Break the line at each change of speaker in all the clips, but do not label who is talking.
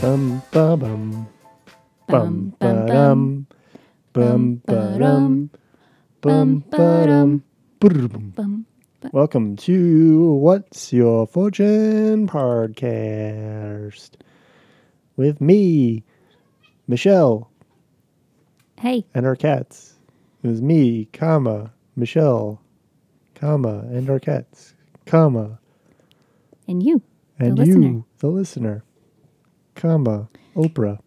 Bum ba bum. Bum
Bum, bum,
ba dum. Bum ba dum. Bum ba dum. Brr-bum.
Bum, bu-
Welcome to What's Your Fortune podcast with me, Michelle,
Hey,
and our cats. It was me, comma, Michelle, comma, and our cats, comma,
and you. The
and
listener.
you, the listener, comma, Oprah.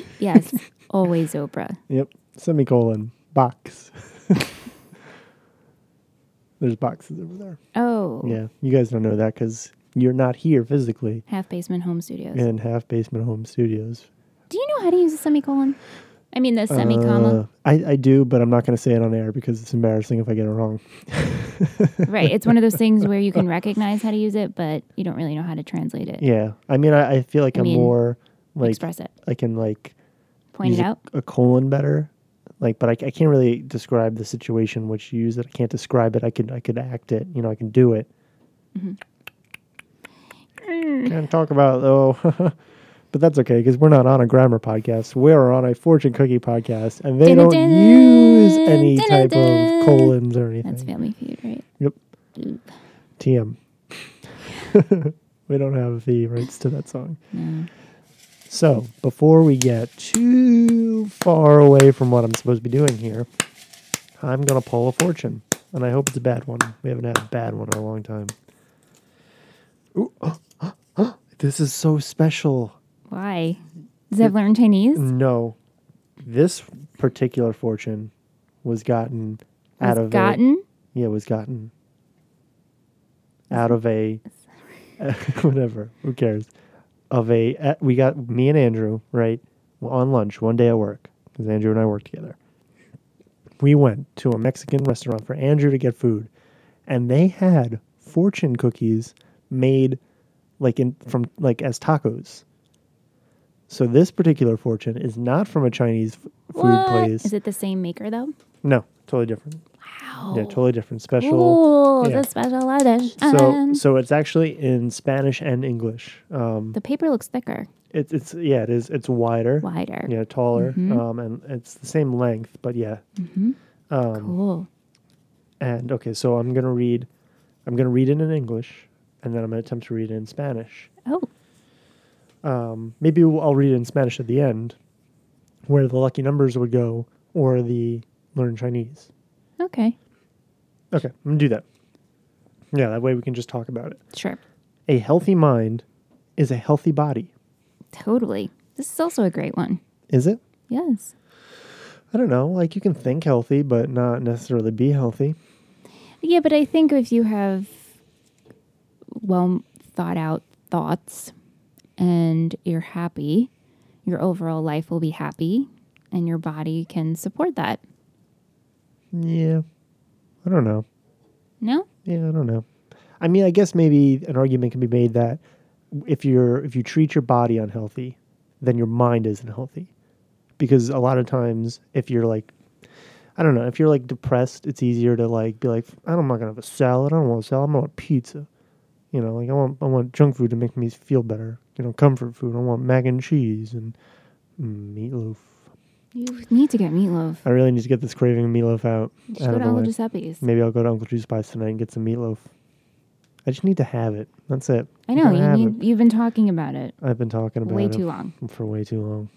Yes, always Oprah.
Yep. Semicolon. Box. There's boxes over there.
Oh,
Yeah. You guys don't know that because you're not here physically
Half Basement Home Studios.
in Half Basement Home Studios.
Do you know how to use a semicolon? I mean, the semicolon.
Uh, I, I do, but I'm not going to say it on air because it's embarrassing if I get it wrong. Uh.
right. It's one of those things where you can recognize how to use it, but you don't really know how to translate it,
Yeah. I mean, I, I feel like I
I
am
mean,
more like
express it,
I can like
point
use
it
a-
out.
a, colon better. Like, but I, I can't really describe the situation which you use it. I can't describe it. I could I could act it. You know, I can do it. Can't talk about it, though. but that's okay because we're not on a grammar podcast. We're on a fortune cookie podcast, and they don't
Dun-dun-dun,
use any type of
dun-dun-dun.
colons or anything.
That's Family Feud, right?
Yep.
Oop.
TM. we don't have the rights to that song.
No.
So, before we get too far away from what I'm supposed to be doing here, I'm going to pull a fortune. And I hope it's a bad one. We haven't had a bad one in a long time. Ooh, this is so special.
Why? Does that learn Chinese?
Mm, No. This particular fortune was gotten out
Was
of a,
gotten?
yeah, was gotten out of a whatever. Who cares? Of a at- we got me and Andrew right on lunch one day at work because Andrew and I work together. We went to a Mexican restaurant for Andrew to get food, and they had fortune cookies made like in from like as tacos. So this particular fortune is not from a Chinese f- food
What?
place.
Is it the same maker though?
no, totally different.
Wow.
Yeah, totally different. Special.
Ooh,
yeah.
the special edition.
So,
Um,
so it's actually in Spanish and English. Um,
the paper looks thicker,
it's it's yeah, it is. It's wider,
wider.
yeah, taller, um, and it's the same length. But yeah,
cool.
and okay, so I'm gonna read, I'm gonna read it in English, and then I'm gonna attempt to read it in Spanish.
Oh,
Um, maybe w- I'll read it in Spanish at the end, where the lucky numbers would go, or the learn Chinese.
okay.
Okay, I'm gonna do that. Yeah, that way we can just talk about it.
Sure.
A healthy mind is a healthy body.
Totally. This is also a great one.
Is it?
Yes.
I don't know. Like you can think healthy, but not necessarily be healthy.
Yeah, but I think if you have well thought out thoughts and you're happy, your overall life will be happy and your body can support that.
Yeah, I don't know.
No?
Yeah, I don't know. I mean, I guess maybe an argument can be made that if you're if you treat your body unhealthy, then your mind isn't healthy. Because a lot of times if you're like I don't know, if you're like depressed, it's easier to like be like I don't- I'm not gonna have a salad, I don't want a salad, I'm gonna want pizza. You know, like I want I want junk food to make me feel better. You know, comfort food. I want mac and cheese and mm, meatloaf.
You need to get meatloaf.
I really need to get this craving of meatloaf out.
You
out
should
of
go to
the
Uncle
way.
Giuseppe's.
Maybe I'll go to Uncle Juice Pies tonight and get some meatloaf. I just need to have it. That's it.
I know,
Gotta have
you need, you've been talking about it
I've been talking about
way
it
too long.
for way too long,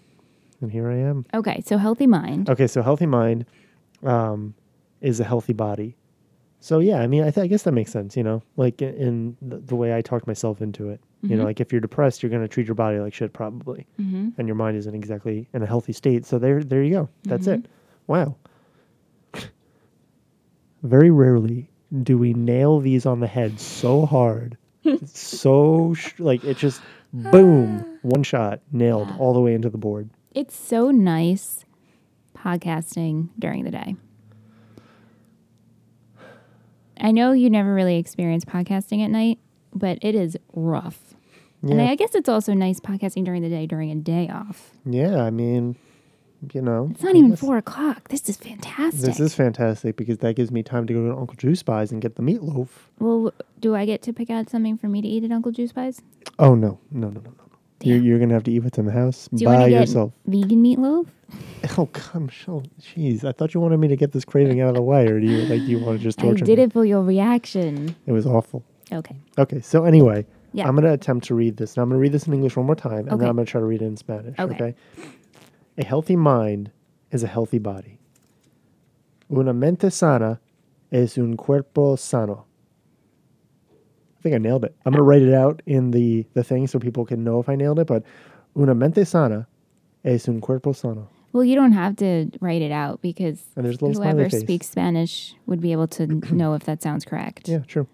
and here I am.
Okay, so healthy mind.
Okay, so healthy mind um, is a healthy body. So yeah, I mean, I, th- I guess that makes sense. You know, like in, in the, the way I talked myself into it. You know, like if you're depressed, you're gonna treat your body like shit probably,
Mm-hmm.
and your mind isn't exactly in a healthy state. So there, there you go. That's it.
Mm-hmm.
Wow. Very rarely do we nail these on the head so hard, It's so sh- like it just boom, one shot nailed all the way into the board.
It's so nice podcasting during the day. I know you never really experience podcasting at night, but it is rough. And
Yeah.
I guess it's also nice podcasting during the day during a day off.
Yeah, I mean, you know,
It's not
I
even
guess
four o'clock. This is fantastic.
This is fantastic because that gives me time to go to Uncle Juice Pies and get the meatloaf.
well, do I get to pick out something for me to eat at Uncle Juice Pies?
Oh no, no, no, no, no, no. You're, you're gonna have to eat within the house
Do you want
by
to get
yourself.
vegan meatloaf?
Oh come, show. Jeez, I thought you wanted me to get this craving out of the way, or do you like do you want to just
I
torture
did
me?
it for your reaction.
It was awful.
Okay.
Okay, so anyway,
Yeah.
I'm going to attempt to read this. And I'm going to read this in English one more time, and
Okay.
then I'm going to try to read it in Spanish. Okay.
Okay.
A healthy mind is a healthy body. Una mente sana es un cuerpo sano. I think I nailed it. I'm going to write it out in the, the thing so people can know if I nailed it, but una mente sana es un cuerpo sano.
Well, you don't have to write it out because
And there's a little smiley
whoever
face.
speaks Spanish would be able to know if that sounds correct.
Yeah, true.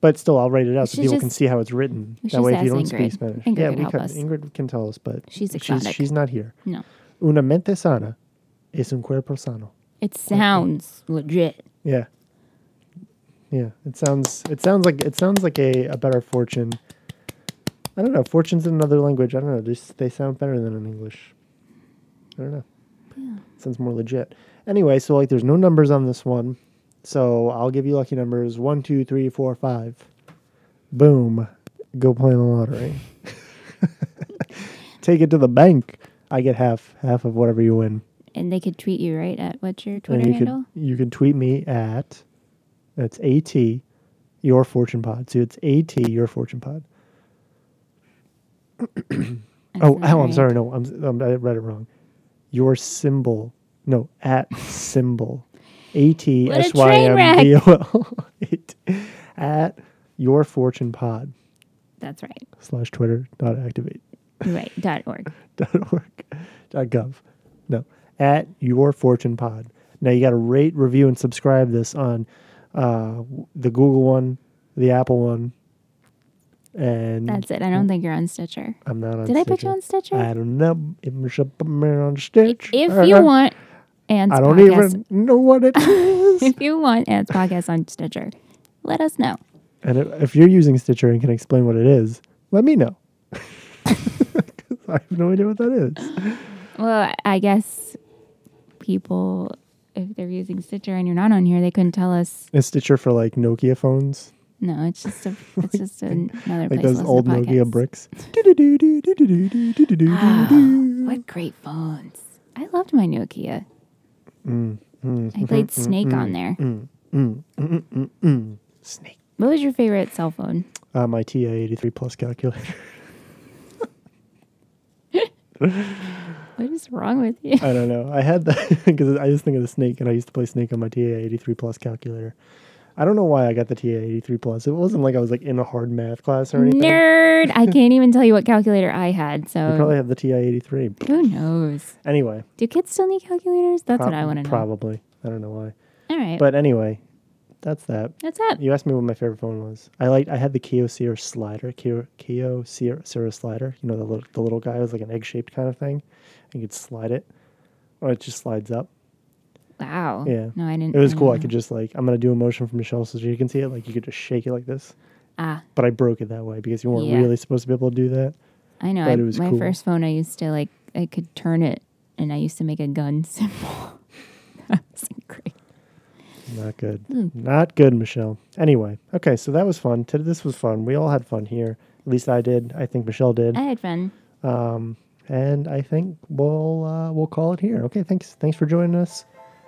But still, I'll write it out so
should
people can
just-
see how it's written.
we should
That way,
just
if you don't
ask
speak
Ingrid.
Spanish,
Ingrid
yeah,
can
we
help
can.
us.
Ingrid can tell us, but
She's
she's,
exotic.
she's not here.
No.
Una mente sana es un cuerpo sano.
It sounds legit.
Yeah, yeah. It sounds it sounds like it sounds like a, a better fortune. I don't know. Fortunes in another language. I don't know. Just they sound better than in English. I don't know. Sounds more legit. Anyway, so like, there's no numbers on this one, so I'll give you lucky numbers one, two, three, four, five. Boom. Go play the lottery. Take it to the bank. I get half half of whatever you win.
And they could tweet you, right? At what's your
And
Twitter
you
handle?
Could, you can tweet me at that's at your fortune pod. So it's at your fortune pod.
That's
Oh,
not
ow, I'm
right.
sorry. No, I'm, s- um, I read it wrong. Your symbol. No, at symbol. A T
What a
S Y M B O L. It- At your fortune pod
That's right.
slash twitter dot activate
Right. Dot org.
dot org dot gov. No, at your fortune pod. Now you got to rate, review, and subscribe this on uh, w- the Google one, the Apple one, and
That's it. I don't think you're on Stitcher.
I'm not on.
Did I put
Stitcher.
you on Stitcher?
I don't know. It was up there on Stitch.
if you want Ant's
I don't
podcast,
even know what it is.
if you want Ant's podcast on Stitcher, let us know.
and if, if you're using Stitcher and can explain what it is, let me know. 'Cause I have no idea what that is.
Well, I guess people, if they're using Stitcher and you're not on here, they couldn't tell us.
Is Stitcher for like Nokia phones?
No, it's just a, it's just another
like
place to
those
listen to
old Nokia
podcasts.
bricks. Ah, Mm,
What great phones! I loved my Nokia.
mm,
I played Snake on there.
mm, mm, mm, mm. Snake.
What was your favorite cell phone?
Uh, my TI eighty three plus calculator.
What is wrong with you?
I don't know. I had that because I just think of the snake, and I used to play snake on my TA eighty three plus calculator. I don't know why I got the TA eighty three plus. It wasn't like I was like in a hard math class or anything.
Nerd! I can't even tell you what calculator I had.
I
So
probably have the TI eighty three.
who knows?
Anyway,
Do kids still need calculators? That's what
prob-
I want to know.
Probably. I don't know why,
All right,
but anyway, that's that.
that's up.
You asked me what my favorite phone was. I liked. I had the Kyocera slider. Kyo Kyocera slider. You know the little, the little guy was like an egg shaped kind of thing, and you could slide it, or it just slides up.
Wow.
Yeah.
No, I didn't.
It was
I
cool. I
didn't
could
know.
just like I'm gonna do a motion for Michelle so you can see it. Like you could just shake it like this.
Ah,
But I broke it that way because you weren't
Yeah.
really supposed to be able to do that.
I know.
But
I,
it was
my
cool.
first phone, I used to like, I could turn it, and I used to make a gun symbol. that was great.
Not good.
Mm.
Not good, Michelle. Anyway, okay, so that was fun. Today this was fun. We all had fun here. At least I did. I think Michelle did.
I had fun.
Um, and I think we'll uh, we'll call it here. Okay, thanks thanks for joining us,